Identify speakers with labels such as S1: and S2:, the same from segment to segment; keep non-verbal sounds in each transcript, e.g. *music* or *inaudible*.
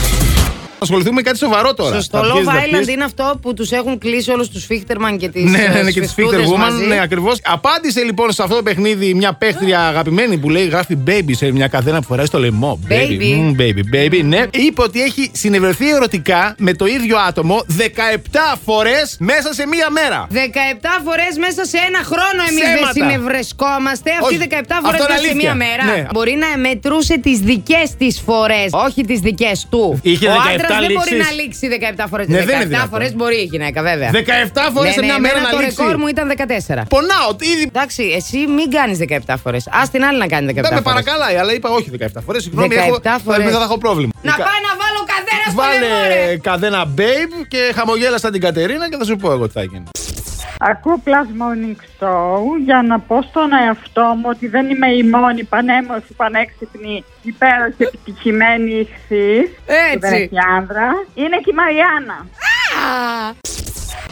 S1: ασχοληθούμε με κάτι σοβαρό τώρα.
S2: Σωστό.
S1: Θα
S2: Το
S1: πιείς,
S2: Love
S1: θα
S2: Island
S1: πιείς.
S2: είναι αυτό που τους έχουν κλείσει όλους τους Φίχτερμαν και ε, τις.
S1: Ναι, ναι, ναι, και τη Fichter Woman. Ναι, ακριβώς. Απάντησε λοιπόν σε αυτό το παιχνίδι μια παίχτρια αγαπημένη που λέει γράφει baby σε μια καθένα που φοράει στο λαιμό.
S2: Baby.
S1: Μμμ, baby, baby, ναι. Είπε ότι έχει συνευρεθεί ερωτικά με το ίδιο άτομο 17 φορές μέσα σε μία μέρα.
S2: 17 φορές μέσα σε ένα χρόνο εμείς δεν
S1: Ψέματα.
S2: συνευρεσκόμαστε. Αυτή
S1: Όχι.
S2: 17 φορέ
S1: Αυτό είναι
S2: μέσα σε
S1: αλήθεια.
S2: μία μέρα.
S1: Ναι.
S2: Μπορεί να μετρούσε τις δικές της φορές, όχι τις δικές του.
S1: Είχε
S2: Ο
S1: 17
S2: άντρα δεν μπορεί
S1: λήξεις.
S2: να λήξει 17 φορές.
S1: Ναι, δεν είναι
S2: 17
S1: δυνατόν.
S2: φορές μπορεί η γυναίκα, βέβαια.
S1: 17 φορές
S2: Ναι,
S1: σε
S2: ναι,
S1: μία
S2: εμένα
S1: μέρα να
S2: Το
S1: λήξει.
S2: ρεκόρ μου ήταν 14.
S1: Πονάω. τι Ήδη...
S2: Εντάξει, εσύ μην κάνεις 17 φορές. Ας την άλλη να κάνει 17
S1: Δεν με
S2: φορές.
S1: παρακαλάει, αλλά είπα όχι 17 φορές. Συγγνώμη,
S2: 17
S1: έχω...
S2: φορές.
S1: μετά θα έχω πρόβλημα.
S2: Να πάω να βάλω καθένα στο λαιμό,
S1: Βάλε
S2: ρε.
S1: κανένα babe και χαμογέλασα την Κατερίνα και θα σου πω εγώ τι θα γίνει.
S3: Ακούω Plus Morning Show για να πω στον εαυτό μου ότι δεν είμαι η μόνη πανέμορφη, πανέξυπνη, υπέροχη, επιτυχημένη ηχθής
S2: Έτσι.
S3: που δεν έχει άνδρα. Είναι και η Μαριάννα.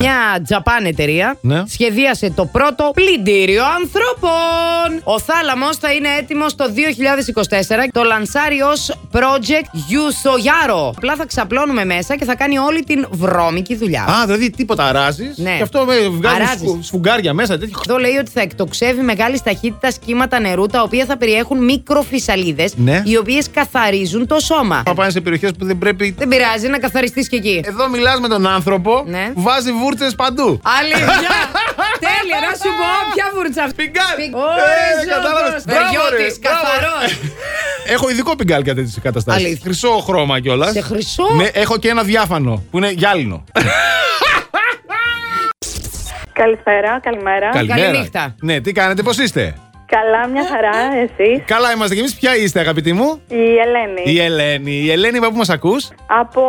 S2: Μια τζαπάν εταιρεία
S1: Ναι.
S2: σχεδίασε το πρώτο πλυντήριο ανθρώπων. Ο θάλαμος θα είναι έτοιμο το 2024. Το λανσάρει ως Project Yusoyaro. Απλά θα ξαπλώνουμε μέσα και θα κάνει όλη την βρώμικη δουλειά.
S1: Α, δηλαδή τίποτα αράζεις.
S2: Ναι.
S1: Και αυτό ε, με βγάζει
S2: Αράζεις.
S1: σφου- σφουγγάρια μέσα. τέτοιο.
S2: Εδώ λέει ότι θα εκτοξεύει μεγάλη ταχύτητα κύματα νερού τα οποία θα περιέχουν μικροφυσαλίδες
S1: Ναι.
S2: οι οποίες καθαρίζουν το σώμα.
S1: Θα πάνε σε περιοχές που δεν πρέπει.
S2: Δεν πειράζει να καθαριστείς και εκεί.
S1: Εδώ μιλάς με τον άνθρωπο
S2: Ναι.
S1: που βάζει βούρτσες παντού. *laughs*
S2: Αλήθεια! Τέλεια, να σου πω ποια βούρτσα αυτή.
S1: Πιγκάλ!
S2: Πι-
S1: Ε,
S2: Ωραία,
S1: κατάλαβες. Μπράβο, ρε,
S2: Βεριώτης,
S1: μπράβο.
S2: καθαρός.
S1: *laughs* Έχω ειδικό πιγκάλ για τέτοιες καταστάσεις.
S2: Αλήθεια.
S1: Χρυσό χρώμα κιόλας.
S2: Σε χρυσό?
S1: Ναι, έχω και ένα διάφανο που είναι γυάλινο.
S4: Καλησπέρα, καλημέρα.
S2: καληνύχτα.
S1: Ναι, τι κάνετε, πώς είστε.
S4: Καλά, μια χαρά, εσείς.
S1: Καλά είμαστε κι εμείς. Ποια είστε, αγαπητοί μου.
S4: Η Ελένη.
S1: Η Ε- Ελένη. Η Ελένη, είπα που μας ακούς.
S4: Από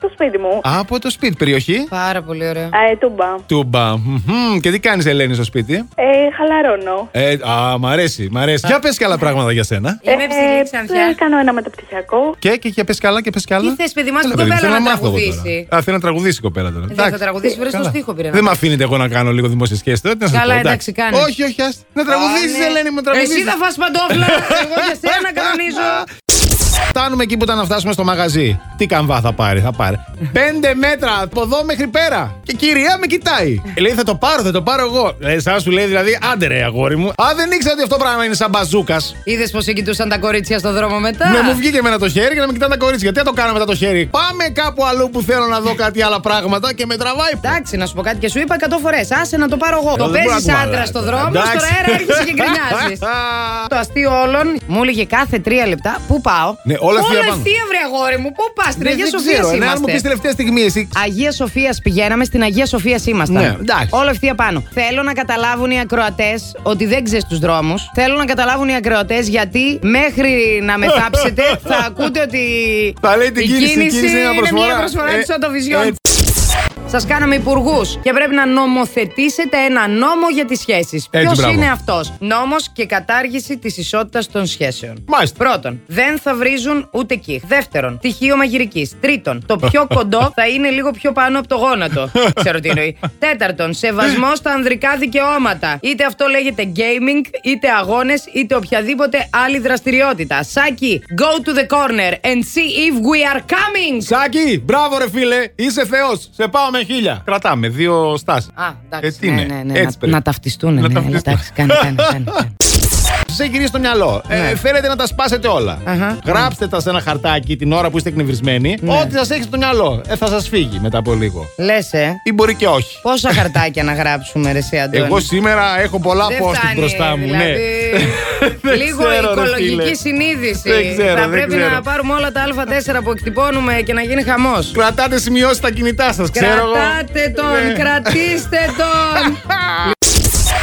S4: το σπίτι μου.
S1: Από το σπίτι, περιοχή.
S2: Πάρα πολύ ωραίο.
S4: Ε, τούμπα.
S1: Τούμπα. Μμμ. Και τι κάνεις, Ελένη, στο σπίτι.
S4: Ε, χαλαρώνω.
S1: Ε, α, μ' αρέσει, μ' αρέσει. Για πες και άλλα πράγματα για σένα.
S2: Είμαι ψηλή
S4: ε,
S2: ξανθιά.
S4: κάνω ένα μεταπτυχιακό.
S1: Και, και, και πες καλά και πες καλά.
S2: Τι θες, παιδί μου, ας
S1: Έλα,
S2: την
S1: παιδί μου,
S2: κοπέλα
S1: θέλω
S2: να
S1: μάθω εγώ
S2: τραγουδήσει. Ε,
S1: τώρα. Α, θέλει να τραγουδήσει η κοπέλα τώρα.
S2: Δεν θα
S1: Εντάξει.
S2: τραγουδήσει, βρε στο
S1: Καλά.
S2: στίχο πήρε. να
S1: Δεν με
S2: πάει.
S1: αφήνετε εγώ να κάνω λίγο δημόσια σχέση τώρα. τι να σας
S2: Καλά,
S1: πω,
S2: εντάξει, κάνε.
S1: Όχι, όχι, ας. Να τραγουδήσεις,
S2: Α, ναι.
S1: Ελένη, μου τραγουδήσεις.
S2: Εσύ θα φας παντόφλα, εγώ για
S1: *laughs*
S2: σένα κανονίζω.
S1: Φτάνουμε εκεί που ήταν να φτάσουμε στο μαγαζί. Τι καμβά θα πάρει, θα πάρει. Πέντε μέτρα από εδώ μέχρι πέρα. Και η κυρία με κοιτάει. Ε, λέει θα το πάρω, θα το πάρω εγώ. Ε, σαν σου λέει δηλαδή, άντε ρε αγόρι μου. Α, δεν ήξερα ότι αυτό πράγμα είναι σαν μπαζούκας.
S2: Είδες πως σε κοιτούσαν τα κορίτσια στο δρόμο μετά.
S1: Ναι, μου βγήκε εμένα το χέρι και να με κοιτάνε τα κορίτσια. Τι θα το κάνω μετά το χέρι. Πάμε κάπου αλλού που θέλω να δω κάτι άλλα πράγματα και με τραβάει.
S2: Εντάξει, να σου πω κάτι και σου είπα 100 φορές. Άσε να το πάρω εγώ. Το
S1: Ε, δεν μπορώ να
S2: παίζει
S1: ακούω
S2: άντρα
S1: άλλα,
S2: στο
S1: τώρα.
S2: δρόμο,
S1: Εντάξει.
S2: στο αέρα έρχεσαι και
S1: *laughs*
S2: γκρινιάζεις. Το αστείο όλων μου έλεγε κάθε τρία λεπτά πού πάω.
S1: Ναι, όλα ευθεία πάνω.
S2: βρε αγόρι μου, πού πας. Στην
S1: Ναι,
S2: Αγία
S1: δεν
S2: Σοφίας
S1: ξέρω, ναι, αν μου πει
S2: είμαστε.
S1: τελευταία στιγμή εσύ.
S2: Αγία Σοφίας πηγαίναμε, στην Αγία Σοφία ήμασταν.
S1: Ναι, εντάξει.
S2: Όλα ευθεία πάνω. Θέλω να καταλάβουν οι ακροατές ότι δεν ξέρεις τους δρόμους. Θέλω να καταλάβουν οι ακροατές γιατί μέχρι να με θάψετε
S1: *laughs*
S2: θα ακούτε ότι.
S1: Θα λέει την
S2: η
S1: κίνηση, η κίνηση είναι
S2: είναι
S1: μια
S2: μια
S1: προσφορά.
S2: προσφορά
S1: Ε,
S2: της Οτοβιζιόν.
S1: έτσι.
S2: Σας κάναμε υπουργούς και πρέπει να νομοθετήσετε ένα νόμο για τις σχέσεις.
S1: Έτσι,
S2: Ποιος
S1: μπράβο.
S2: είναι αυτός, Νόμος και κατάργηση της ισότητας των σχέσεων.
S1: Μάλιστα.
S2: Πρώτον, δεν θα βρίζουν ούτε κιχ. Δεύτερον, τυχείο μαγειρικής. Τρίτον, το πιο κοντό θα είναι λίγο πιο πάνω από το
S1: *laughs*
S2: γόνατο. Ξέρω τι εννοεί. Τέταρτον, σεβασμός στα ανδρικά δικαιώματα. Είτε αυτό λέγεται gaming, είτε αγώνες, είτε οποιαδήποτε άλλη δραστηριότητα. Σάκι, go to the corner and see if we are coming.
S1: Σάκη, μπράβο ρε φίλε, είσαι θεός. Σε πάω με χίλια. Κρατάμε δύο στάσεις.
S2: Α, εντάξει.
S1: Ε, τι
S2: ναι,
S1: είναι.
S2: ναι, ναι,
S1: Έτσι
S2: να,
S1: πρέπει.
S2: να ταυτιστούν.
S1: Να
S2: ναι,
S1: ταυτιστούν.
S2: Εντάξει, κάνε, κάνε,
S1: *laughs*
S2: κάνε, κάνε.
S1: Σα έχει γυρίσει το μυαλό. Ε,
S2: Ναι.
S1: θέλετε να τα σπάσετε όλα.
S2: Αχα. Ναι.
S1: Γράψτε τα σε ένα χαρτάκι την ώρα που είστε εκνευρισμένοι. Ό,τι σας έχει στο μυαλό. Ε, θα σας φύγει μετά από λίγο.
S2: Λες, ε,
S1: Ή μπορεί και όχι.
S2: πόσα χαρτάκια να γράψουμε, ρε εσύ, Αντώνη.
S1: Εγώ σήμερα έχω πολλά
S2: Δεν
S1: πόστη
S2: φτάνει,
S1: μπροστά μου.
S2: δηλαδή,
S1: Ναι. *laughs* Δεν
S2: Λίγο
S1: ξέρω, ρε,
S2: οικολογική
S1: φίλε.
S2: συνείδηση.
S1: Δεν ξέρω,
S2: θα
S1: δεν
S2: πρέπει
S1: ξέρω.
S2: να πάρουμε όλα τα Α4 που εκτυπώνουμε και να γίνει χαμός.
S1: Κρατάτε σημειώσει στα κινητά σας, ξέρω εγώ.
S2: Κρατάτε τον,
S1: Ναι.
S2: κρατήστε
S1: *laughs*
S2: τον.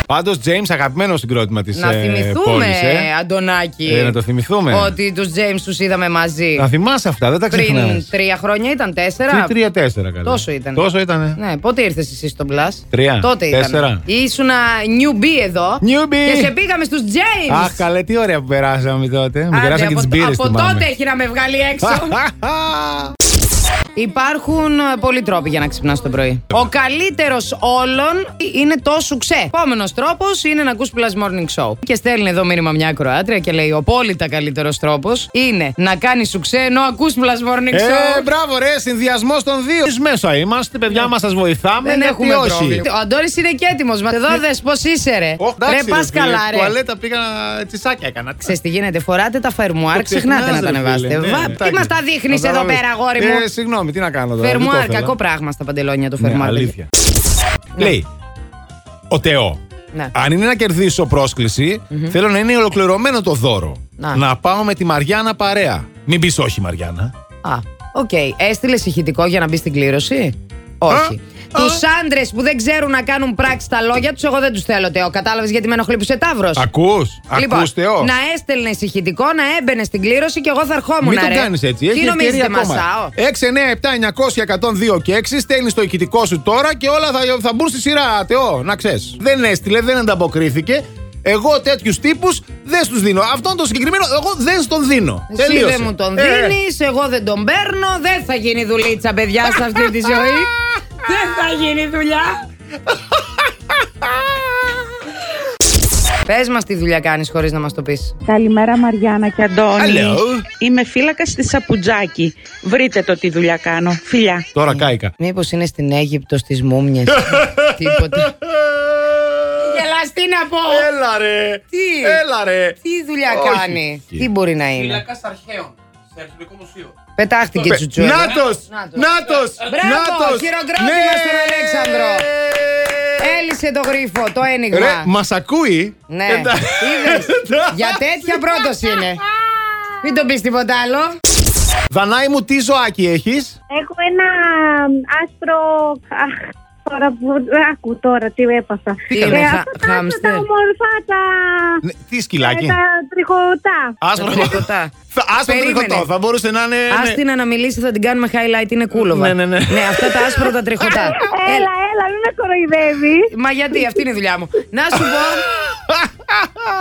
S1: Πάντω, James, αγαπημένο συγκρότημα της
S2: να θυμηθούμε,
S1: πόλης, ε.
S2: Αντωνάκη.
S1: Ε, να το θυμηθούμε.
S2: Ότι τους James τους είδαμε μαζί.
S1: Να θυμάσαι αυτά, δεν τα ξεχνά.
S2: Πριν τρία χρόνια ήταν τέσσερα.
S1: Τι τρία-τέσσερα καλά.
S2: Τόσο ήταν.
S1: Τόσο ήτανε.
S2: Ναι, πότε ήρθες εσύ στο Plus.
S1: Τρία,
S2: Τότε
S1: τέσσερα.
S2: ήταν. Ήσουνα newbie εδώ.
S1: Newbie.
S2: Και σε πήγαμε στους James.
S1: Αχ, καλέ, τι ωραία που περάσαμε τότε. Μου
S2: Άντε,
S1: *laughs* περάσαν και
S2: από,
S1: τις μπύρες *laughs*
S2: από τότε έχει να με βγάλει έξω. Υπάρχουν ε, πολλοί τρόποι για να ξυπνάς το πρωί. Ο καλύτερος όλων είναι το σουξέ. Επόμενος τρόπος είναι να ακούς Plus Morning Show. Και στέλνει εδώ μήνυμα μια ακροάτρια και λέει: Ο πόλητα καλύτερος τρόπος είναι να κάνεις σουξέ ενώ ακούς Plus Morning Show.
S1: Ε, μπράβο, ρε, συνδυασμός των δύο. Εμείς μέσα είμαστε, παιδιά μας σας βοηθάμε.
S2: Ναι. Δεν
S1: γιατί
S2: έχουμε
S1: όχι.
S2: πρόβλημα. Ο Αντώνης είναι και έτοιμος. Μα εδώ δες πώς είσαι, ρε.
S1: Ωχ, Ναι. εντάξει,
S2: ρε, πα
S1: φίλε,
S2: καλά, ρε.
S1: Τουαλέτα πήγα τσισάκια έκανα.
S2: Ξέρεις τι γίνεται, φοράτε τα φερμουάρ,
S1: Το
S2: ξεχνάτε να
S1: ξεχνάς,
S2: τα
S1: ρε,
S2: ανεβάσετε.
S1: φίλε, ναι,
S2: Βα- Τι
S1: εντάξει.
S2: μας τα δείχνεις εδώ
S1: Καταλαβαίνεις.
S2: πέρα, αγόρι μου.
S1: Ε, συγγνώμη, τι να κάνω τώρα. δεν το
S2: Φερμουάρ,
S1: ήθελα.
S2: κακό πράγμα στα παντελόνια το
S1: Ναι,
S2: φερμουάρ.
S1: αλήθεια. Λέει, ο Τεό.
S2: Ναι.
S1: Αν είναι να κερδίσω πρόσκληση, θέλω να είναι ολοκληρωμένο το δώρο.
S2: Να.
S1: Να πάω με τη Μαριάννα παρέα. Μην πεις όχι, Μαριάννα.
S2: Α, οκ. Έστειλες ηχητικό για να μπει στην κλήρωση. Όχι.
S1: Α.
S2: Τους άντρες που δεν ξέρουν να κάνουν πράξη τα λόγια τους, εγώ δεν τους θέλω, Τεό. Κατάλαβες γιατί με ενοχλήπησε Ταύρος.
S1: Ακούς, ακούστε, ο.
S2: Λοιπόν, να έστελνε ηχητικό, να έμπαινε στην κλήρωση και εγώ θα ερχόμουν.
S1: Μην το
S2: ρε.
S1: κάνεις έτσι.
S2: Τι
S1: Έχει
S2: νομίζετε,
S1: ευκαιρία ακόμα.
S2: μασάω.
S1: 6, 9, 7, 900, 102 και 6. Στέλνεις το ηχητικό σου τώρα και όλα θα, θα μπουν στη σειρά. Τεό, να ξέρεις. Δεν έστειλε, δεν ανταποκρίθηκε. Εγώ τέτοιους τύπους δεν του δίνω. Αυτόν τον συγκεκριμένο εγώ δεν τον δίνω.
S2: Εσύ
S1: Τελείωσε.
S2: δεν μου τον
S1: Ε,
S2: δίνεις, εγώ δεν τον παίρνω. Δεν θα γίνει δουλίτσα, παιδιά, σε αυτή τη ζωή. δεν θα γίνει
S1: *laughs*
S2: δουλειά. Πες μας τι δουλειά κάνεις χωρίς να μας το πεις.
S5: Καλημέρα Μαριάννα και Αντώνη.
S1: Hello.
S5: Είμαι φύλακας στη Σαπουτζάκη. Βρείτε το τι δουλειά κάνω. Φιλιά.
S1: Τώρα κάηκα.
S2: Μήπως είναι στην Αίγυπτο στις
S1: *laughs*
S2: μούμιες. Τίποτα. Γελάς, τι να πω.
S1: Έλα ρε.
S2: Τι?
S1: Έλα ρε.
S2: Τι δουλειά
S1: Ε, Όχι.
S2: κάνει. Τι μπορεί να είναι.
S6: Φυλακά αρχαίων σε αρχαιολογικό μουσείο.
S1: Ε,
S2: Πετάχτηκε τσουτσού.
S1: Νάτος! Νάτος!
S2: Μπράβο,
S1: Νάτος.
S2: χειροκρότημα
S1: Ναι.
S2: στον Αλέξανδρο. Έλυσε το γρίφο, το ένιγμα.
S1: Ρε, μας ακούει.
S2: Ναι,
S1: Εντά-
S2: είδες. Για τέτοια πρώτος είναι. Μην τον πεις τίποτα άλλο.
S1: Δανάη μου, τι ζωάκι έχεις.
S7: Έχω ένα άσπρο. Αχ, τώρα που. Άκου τώρα τι έπαθα.
S2: Τι έκανες, χα-
S7: αυτά τα-
S2: χάμστερ?
S7: Τα ομορφά τα.
S1: Ναι, Τι σκυλάκι.
S7: Ε, Τα τριχωτά.
S1: Άσπρο
S2: Τα τριχωτά.
S1: Θα- Άσπρο
S2: Περίμενε.
S1: τριχωτό. Θα μπορούσε να είναι.
S2: Ας
S1: ναι.
S2: την αναμιλήσει, θα την κάνουμε highlight, είναι κούλοβα.
S1: Ναι, ναι, ναι.
S2: αυτά τα άσπρα τα τριχωτά.
S7: *laughs* Έλα, έλα, μην με κοροϊδεύεις.
S2: Μα γιατί, αυτή είναι η δουλειά μου. Να σου
S1: *laughs*
S2: πω,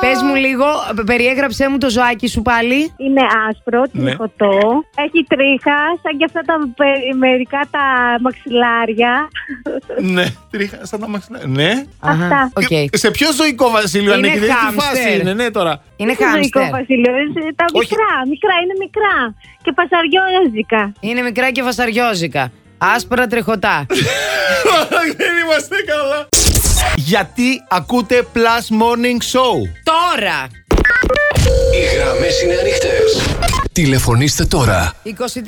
S2: πες μου λίγο, πε- περιέγραψέ μου το ζωάκι σου πάλι.
S7: Είναι άσπρο, τριχωτό. Έχει τρίχα, σαν και αυτά τα πε- μερικά τα μαξιλάρια.
S1: Ναι, τρίχα σαν τα μαξιλάρια. Ναι.
S7: Αυτά.
S2: Αχα, οκ.
S1: Σε ποιο ζωικό βασίλειο
S2: Είναι
S1: ανήκει, δεν είναι τη
S2: χάμστερ.
S1: φάση είναι, ναι τώρα.
S2: Είναι
S7: Το ζωικό
S2: χάμστερ.
S7: βασίλειο, ε, Τα
S1: Όχι.
S7: μικρά, μικρά, είναι μικρά. Και πασαριόζικα.
S2: Είναι μικρά και βασαριόζικα. Άσπρα τριχωτά.
S1: *laughs* Δεν είμαστε καλά. Γιατί ακούτε Plus Morning Show.
S2: Τώρα!
S8: Οι γραμμές είναι ανοιχτές. Τηλεφωνήστε τώρα.
S2: 23, 10, 26, 102, 6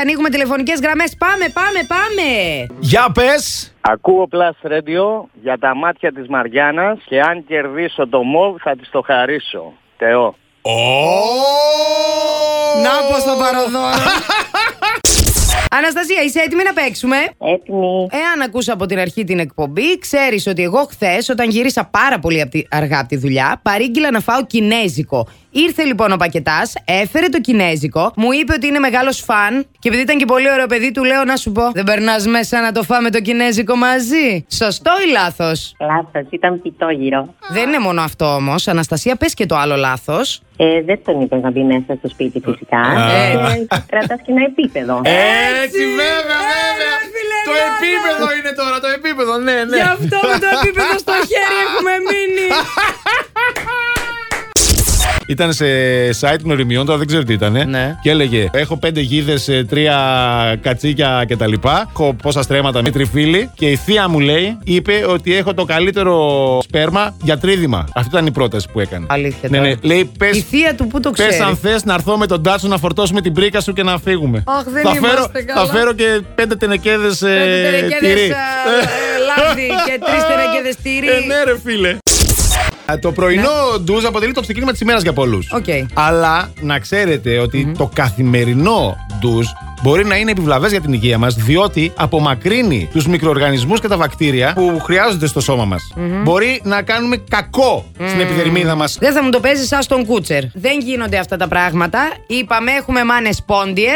S2: ανοίγουμε τηλεφωνικές γραμμές. Πάμε, πάμε, πάμε!
S1: Για πες.
S9: Ακούω Plus Radio για τα μάτια της Μαριάννας και αν κερδίσω το μοβ θα της το χαρίσω. Θεό.
S2: Να πω στο παροδόρο. Αναστασία, είσαι έτοιμη να παίξουμε.
S7: Έτοιμη.
S2: Εάν ακούσα από την αρχή την εκπομπή, ξέρεις ότι εγώ χθες, όταν γύρισα πάρα πολύ απ' τη- αργά από τη δουλειά, παρήγγειλα να φάω κινέζικο. Ήρθε λοιπόν ο πακετάς, έφερε το κινέζικο, μου είπε ότι είναι μεγάλος φαν και επειδή ήταν και πολύ ωραίο παιδί, του λέω να σου πω: Δεν περνάς μέσα να το φάμε το κινέζικο μαζί. Σωστό ή λάθος.
S10: Λάθος, ήταν πιτόγυρο.
S2: Δεν είναι μόνο αυτό όμως. Αναστασία, πες και το άλλο λάθος.
S10: Ε, δεν τον είπες να μπει μέσα στο σπίτι φυσικά. Ε,
S2: ναι.
S10: Κρατάς και ένα επίπεδο.
S1: Έτσι, βέβαια, βέβαια. Το επίπεδο είναι τώρα, το επίπεδο, ναι, ναι.
S2: με το επίπεδο
S1: *laughs*
S2: στο χέρι έχουμε μείνει.
S1: Ήταν σε site γνωριμιών, τώρα δεν ξέρω τι ήταν.
S2: Ναι.
S1: Και έλεγε: Έχω πέντε γίδες, τρία κατσίκια κτλ. Έχω πόσα στρέμματα με τριφύλι. Και η θεία μου λέει: Είπε ότι έχω το καλύτερο σπέρμα για τρίδημα. Αυτή ήταν η πρόταση που έκανε.
S2: Αλήθεια
S1: Ναι,
S2: τώρα.
S1: ναι. Λέει: Πες.
S2: Η θεία του που το ξέρει.
S1: αν θες να έρθω με τον τάτσο να φορτώσουμε την πρίκα σου και να φύγουμε.
S2: Αχ, δεν
S1: θα
S2: είμαστε
S1: φέρω,
S2: καλά.
S1: Θα φέρω και πέντε τενεκέδες.
S2: Πέντε τενεκέδες, ε, ε, λάδι και
S1: *laughs*
S2: τρεις τενεκέδες τυρί. Ναι.
S1: Ε, ναι, ρε φίλε. Α, Ε, Το πρωινό ντουζ αποτελεί το ξεκίνημα της ημέρας για πολλούς.
S2: Οκ.
S1: Αλλά να ξέρετε ότι το καθημερινό ντουζ μπορεί να είναι επιβλαβές για την υγεία μας, διότι απομακρύνει τους μικροοργανισμούς και τα βακτήρια που χρειάζονται στο σώμα μας. Μπορεί να κάνουμε κακό στην επιδερμίδα μας.
S2: Δεν θα μου το παίζεις σαν τον κούτσερ. Δεν γίνονται αυτά τα πράγματα. Είπαμε, έχουμε μάνες πόντιες.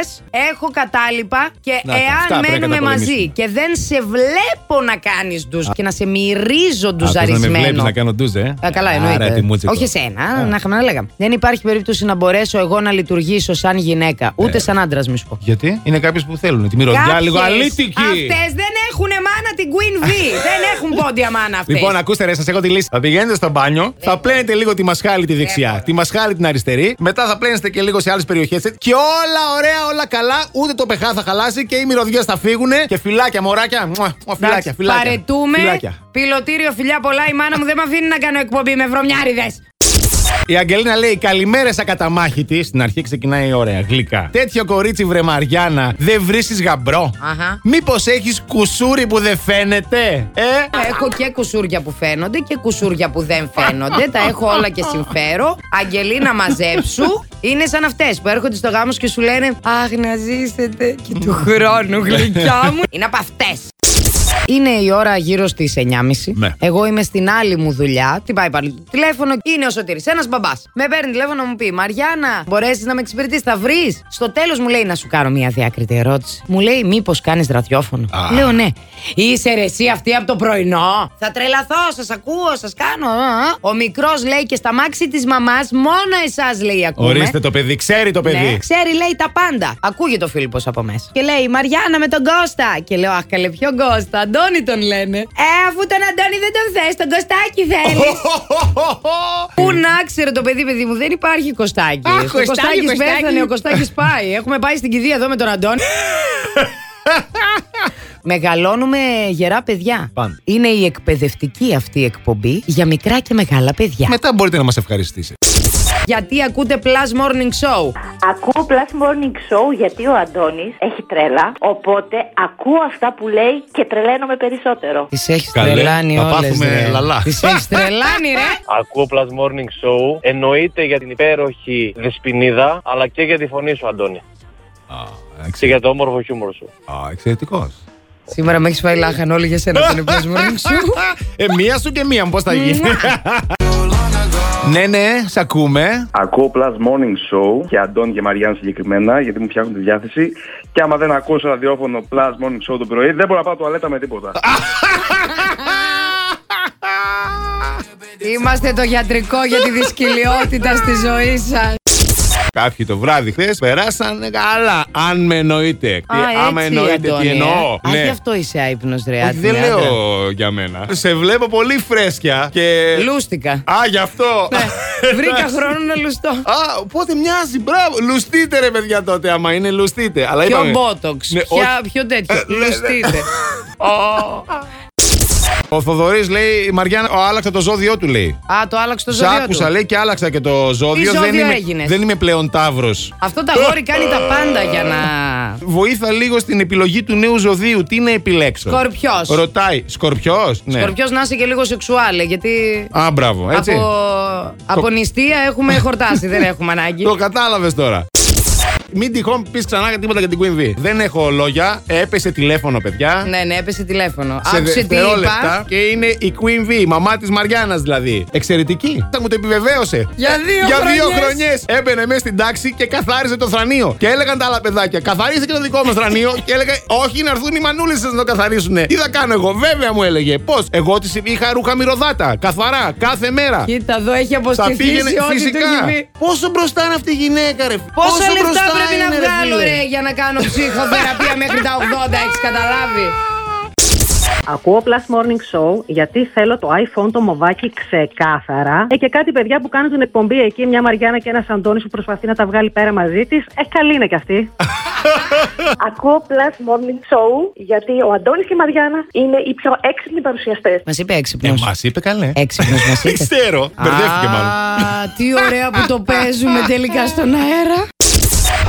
S2: Έχω κατάλοιπα. Και
S1: Να τα, αυτά
S2: εάν
S1: πρέπει να
S2: μένουμε
S1: καταπολεμήσουμε.
S2: μαζί και δεν σε βλέπω να κάνεις ντουζ και να σε μυρίζω
S1: Να με βλέπεις
S2: ντουζαρισμένο.
S1: να κάνω ντουζ, ε.
S2: Α,
S1: Άρα,
S2: καλά, εννοείται.
S1: τι μούτσικο.
S2: Όχι εσένα, να είχαμε να λέγαμε. Δεν υπάρχει περίπτωση να μπορέσω εγώ να λειτουργήσω σαν
S1: Ε.
S2: γυναίκα, ούτε σαν άντρας, μη σου πω.
S1: Γιατί είναι κάποιε που θέλουν τη μυρωδιά λίγο αλήτικη.
S2: Αυτές δεν έχουν μάνα την
S1: *laughs*
S2: Queen V. δεν έχουν πόντια μάνα αυτές.
S1: Λοιπόν, ακούστε ρε, σας έχω τη λύση. Θα πηγαίνετε στο μπάνιο, θα πλένετε λίγο τη μασχάλη τη δεξιά, τη μασχάλη την αριστερή, μετά θα πλένεστε και λίγο σε άλλες περιοχές και όλα ωραία, όλα καλά, ούτε το πεχά θα χαλάσει και οι μυρωδιές θα φύγουν και φυλάκια, μωράκια. Μουα, μουα, φυλάκια, φυλάκια.
S2: Παρετούμε.
S1: Φυλάκια.
S2: Πιλωτήριο φιλιά πολλά. Η μάνα μου δεν με αφήνει να κάνω εκπομπή με βρωμιάριδες.
S1: Η Αγγελίνα λέει: Καλημέρα, ακαταμάχητη. Στην αρχή ξεκινάει ωραία, γλυκά. Τέτοιο κορίτσι βρε Μαριάννα, δεν βρίσκεις γαμπρό.
S2: Αχα.
S1: Μήπως έχεις κουσούρι που δεν φαίνεται, ε.
S2: Έχω και κουσούρια που φαίνονται και κουσούρια που δεν φαίνονται. Τα έχω όλα και συμφέρω. Αγγελίνα, μαζέψου. Είναι σαν αυτές που έρχονται στο γάμος σου και σου λένε Αχ, να ζήσετε και του χρόνου γλυκιά μου. Είναι από αυτές. Είναι η ώρα γύρω στις 9.30.
S1: Ναι.
S2: Εγώ είμαι στην άλλη μου δουλειά. Τι πάει πάλι το τηλέφωνο. Είναι ο Σωτήρης, ένας μπαμπάς. Με παίρνει τηλέφωνο να μου πει Μαριάννα, μπορέσεις να με εξυπηρετήσει, θα βρεις. Στο τέλος μου λέει να σου κάνω μια διάκριτη ερώτηση. Μου λέει, Μήπως κάνεις ραδιόφωνο.
S1: Α.
S2: Λέω, ναι. Είσαι ρε εσύ αυτή από το πρωινό. Θα τρελαθώ, σας ακούω, σας κάνω. α, α». Ο μικρός λέει και στα μάξι της μαμάς, μόνο εσάς λέει ακούμε.
S1: Ορίστε το παιδί, ξέρει το παιδί.
S2: Ναι, ξέρει, λέει τα πάντα. Ακούγεται ο Φίλιππος από μέσα. Και λέει Μαριάννα με τον Κώστα. Και λέω Αχ, καλέ, ποιο Κώστα. Αντώνη τον λένε. Ε, αφού τον Αντώνη δεν τον θες, τον Κωστάκι θέλεις.
S1: *laughs*
S2: Πού να ξέρω το παιδί, παιδί μου, δεν υπάρχει Κωστάκι.
S1: Αχ,
S2: Ο
S1: Κωστάκη,
S2: Κωστάκης
S1: Κωστάκη.
S2: πέθανε, ο Κωστάκης πάει. Έχουμε πάει στην κηδεία εδώ με τον
S1: *laughs*
S2: Αντώνη. Μεγαλώνουμε γερά παιδιά.
S1: Πάντα.
S2: Είναι η εκπαιδευτική αυτή η εκπομπή για μικρά και μεγάλα παιδιά.
S1: Μετά μπορείτε να μας ευχαριστήσετε.
S2: Γιατί ακούτε Plus Morning Show.
S10: Ακούω Plus Morning Show γιατί ο Αντώνης έχει τρέλα. Οπότε ακούω αυτά που λέει και τρελαίνομαι περισσότερο.
S2: Τις έχεις
S1: Καλέ,
S2: τρελάνει
S1: θα
S2: όλες.
S1: πάθουμε λαλά.
S2: Τις έχεις τρελάνει, ρε.
S9: Ακούω Plus Morning Show. Εννοείται για την υπέροχη δεσποινίδα, αλλά και για τη φωνή σου, Αντώνη. Και για το όμορφο χιούμορ σου.
S1: Εξαιρετικός.
S2: Σήμερα με έχεις φάει λάχαν όλοι για σένα
S1: *laughs*
S2: τον εμπλασμό σου.
S1: Ε, μία σου και μία μου, πώς θα γίνει. ναι, ναι, σ' ακούμε.
S11: Ακούω Plus Morning Show και Αντών και Μαριάννα συγκεκριμένα γιατί μου φτιάχνουν τη διάθεση. Και άμα δεν ακούσω ραδιόφωνο Plus Morning Show το πρωί, δεν μπορώ να πάω τουαλέτα με τίποτα.
S2: Είμαστε το γιατρικό για τη δυσκυλιότητα στη ζωή σας.
S1: Κάποιοι το βράδυ χθες περάσαν καλά. Αν με εννοείτε. Τι- άμα εννοείτε,
S2: ε.
S1: τι εννοώ. Ναι.
S2: Α, γι' αυτό είσαι άϊπνος, ρε.
S1: Όχι, δεν
S2: άντρα.
S1: λέω για μένα. Σε βλέπω πολύ φρέσκια και.
S2: Ε, Λούστηκα.
S1: Α, γι' αυτό. *laughs* Ε,
S2: Ναι, βρήκα χρόνο να λουστώ.
S1: Α, οπότε μοιάζει, μπράβο. Λουστείτε ρε παιδιά τότε, άμα είναι λουστείτε. Αλλά
S2: Πιο
S1: Ε, είπαμε-
S2: μπότοξ.
S1: Ναι,
S2: ποια-
S1: όχι.
S2: Πιο τέτοιο.
S1: ναι, ναι.
S2: Λουστείτε.
S1: Ο Θοδωρής λέει, η Μαριάννα, ο, άλλαξα το ζώδιό του λέει.
S2: Α, το άλλαξε το
S1: Σ'
S2: ζώδιο
S1: άκουσα,
S2: του.
S1: λέει και άλλαξα και το ζώδιο. δεν,
S2: ζώδιο
S1: είμαι,
S2: έγινες?
S1: δεν είμαι πλέον τάβρο.
S2: Αυτό τα αγόρι κάνει τα πάντα για να.
S1: Βοήθα λίγο στην επιλογή του νέου ζωδίου. Τι να επιλέξω.
S2: Σκορπιός.
S1: Ρωτάει. Σκορπιός. Ε, Ναι.
S2: Σκορπιός να είσαι και λίγο σεξουάλε, γιατί.
S1: Α, μπράβο, έτσι.
S2: Από, από νηστεία έχουμε χορτάσει, δεν έχουμε ανάγκη.
S1: Το κατάλαβες τώρα. Μην τυχόν πεις ξανά τίποτα για την Queen V. Δεν έχω λόγια. Έπεσε τηλέφωνο, παιδιά.
S2: Ναι, ναι, έπεσε τηλέφωνο.
S1: Σε
S2: Άκουσε τι
S1: δευτερόλεπτα
S2: είπα.
S1: και είναι η Queen V, η μαμά της Μαριάννας δηλαδή. Εξαιρετική. Θα μου το επιβεβαίωσε. Ε,
S2: Για δύο
S1: Για δύο
S2: χρονιές.
S1: χρονιές έμπαινε μέσα στην τάξη και καθάριζε το θρανίο. Και έλεγαν τα άλλα παιδάκια, καθαρίστε και το δικό μας θρανίο. και έλεγα, Όχι, να έρθουν οι μανούλες σας να το καθαρίσουν. Τι θα κάνω εγώ, βέβαια μου έλεγε. Πώς, εγώ της είχα ρούχα μυρωδάτα, καθαρά, κάθε μέρα.
S2: Κοίτα εδώ, έχει
S1: Θα
S2: αποστηθήσει
S1: πήγαινε
S2: ό,τι του
S1: φυσικά.
S2: έχει πει.
S1: Πόσο μπροστά είναι αυτή η γυναίκα, ρε.
S2: Πόσα λεφτά
S1: μπροστά
S2: πρέπει να
S1: είναι, ρε,
S2: βγάλω,
S1: φίλε.
S2: ρε, για να κάνω ψυχοθεραπεία μέχρι τα 80, έχεις καταλάβει.
S12: Ακούω Plus Morning Show γιατί θέλω το iPhone το μοβάκι ξεκάθαρα. Ε, και κάτι παιδιά που κάνουν την εκπομπή εκεί, μια Μαριάννα και ένας Αντώνης που προσπαθεί να τα βγάλει πέρα μαζί της. Ε, καλή είναι κι αυτή.
S1: *laughs*
S10: Ακούω Plus Morning Show γιατί ο Αντώνης και η Μαριάννα είναι οι πιο έξυπνοι παρουσιαστές.
S2: Μας είπε
S1: Ε,
S2: έξυπνο.
S1: μας είπε καλέ.
S2: Έξυπνος μας
S1: Δεν
S2: είπε.
S1: ξέρω. *laughs* Μπερδεύτηκε μάλλον.
S2: Α, τι ωραία που το παίζουμε τελικά στον αέρα.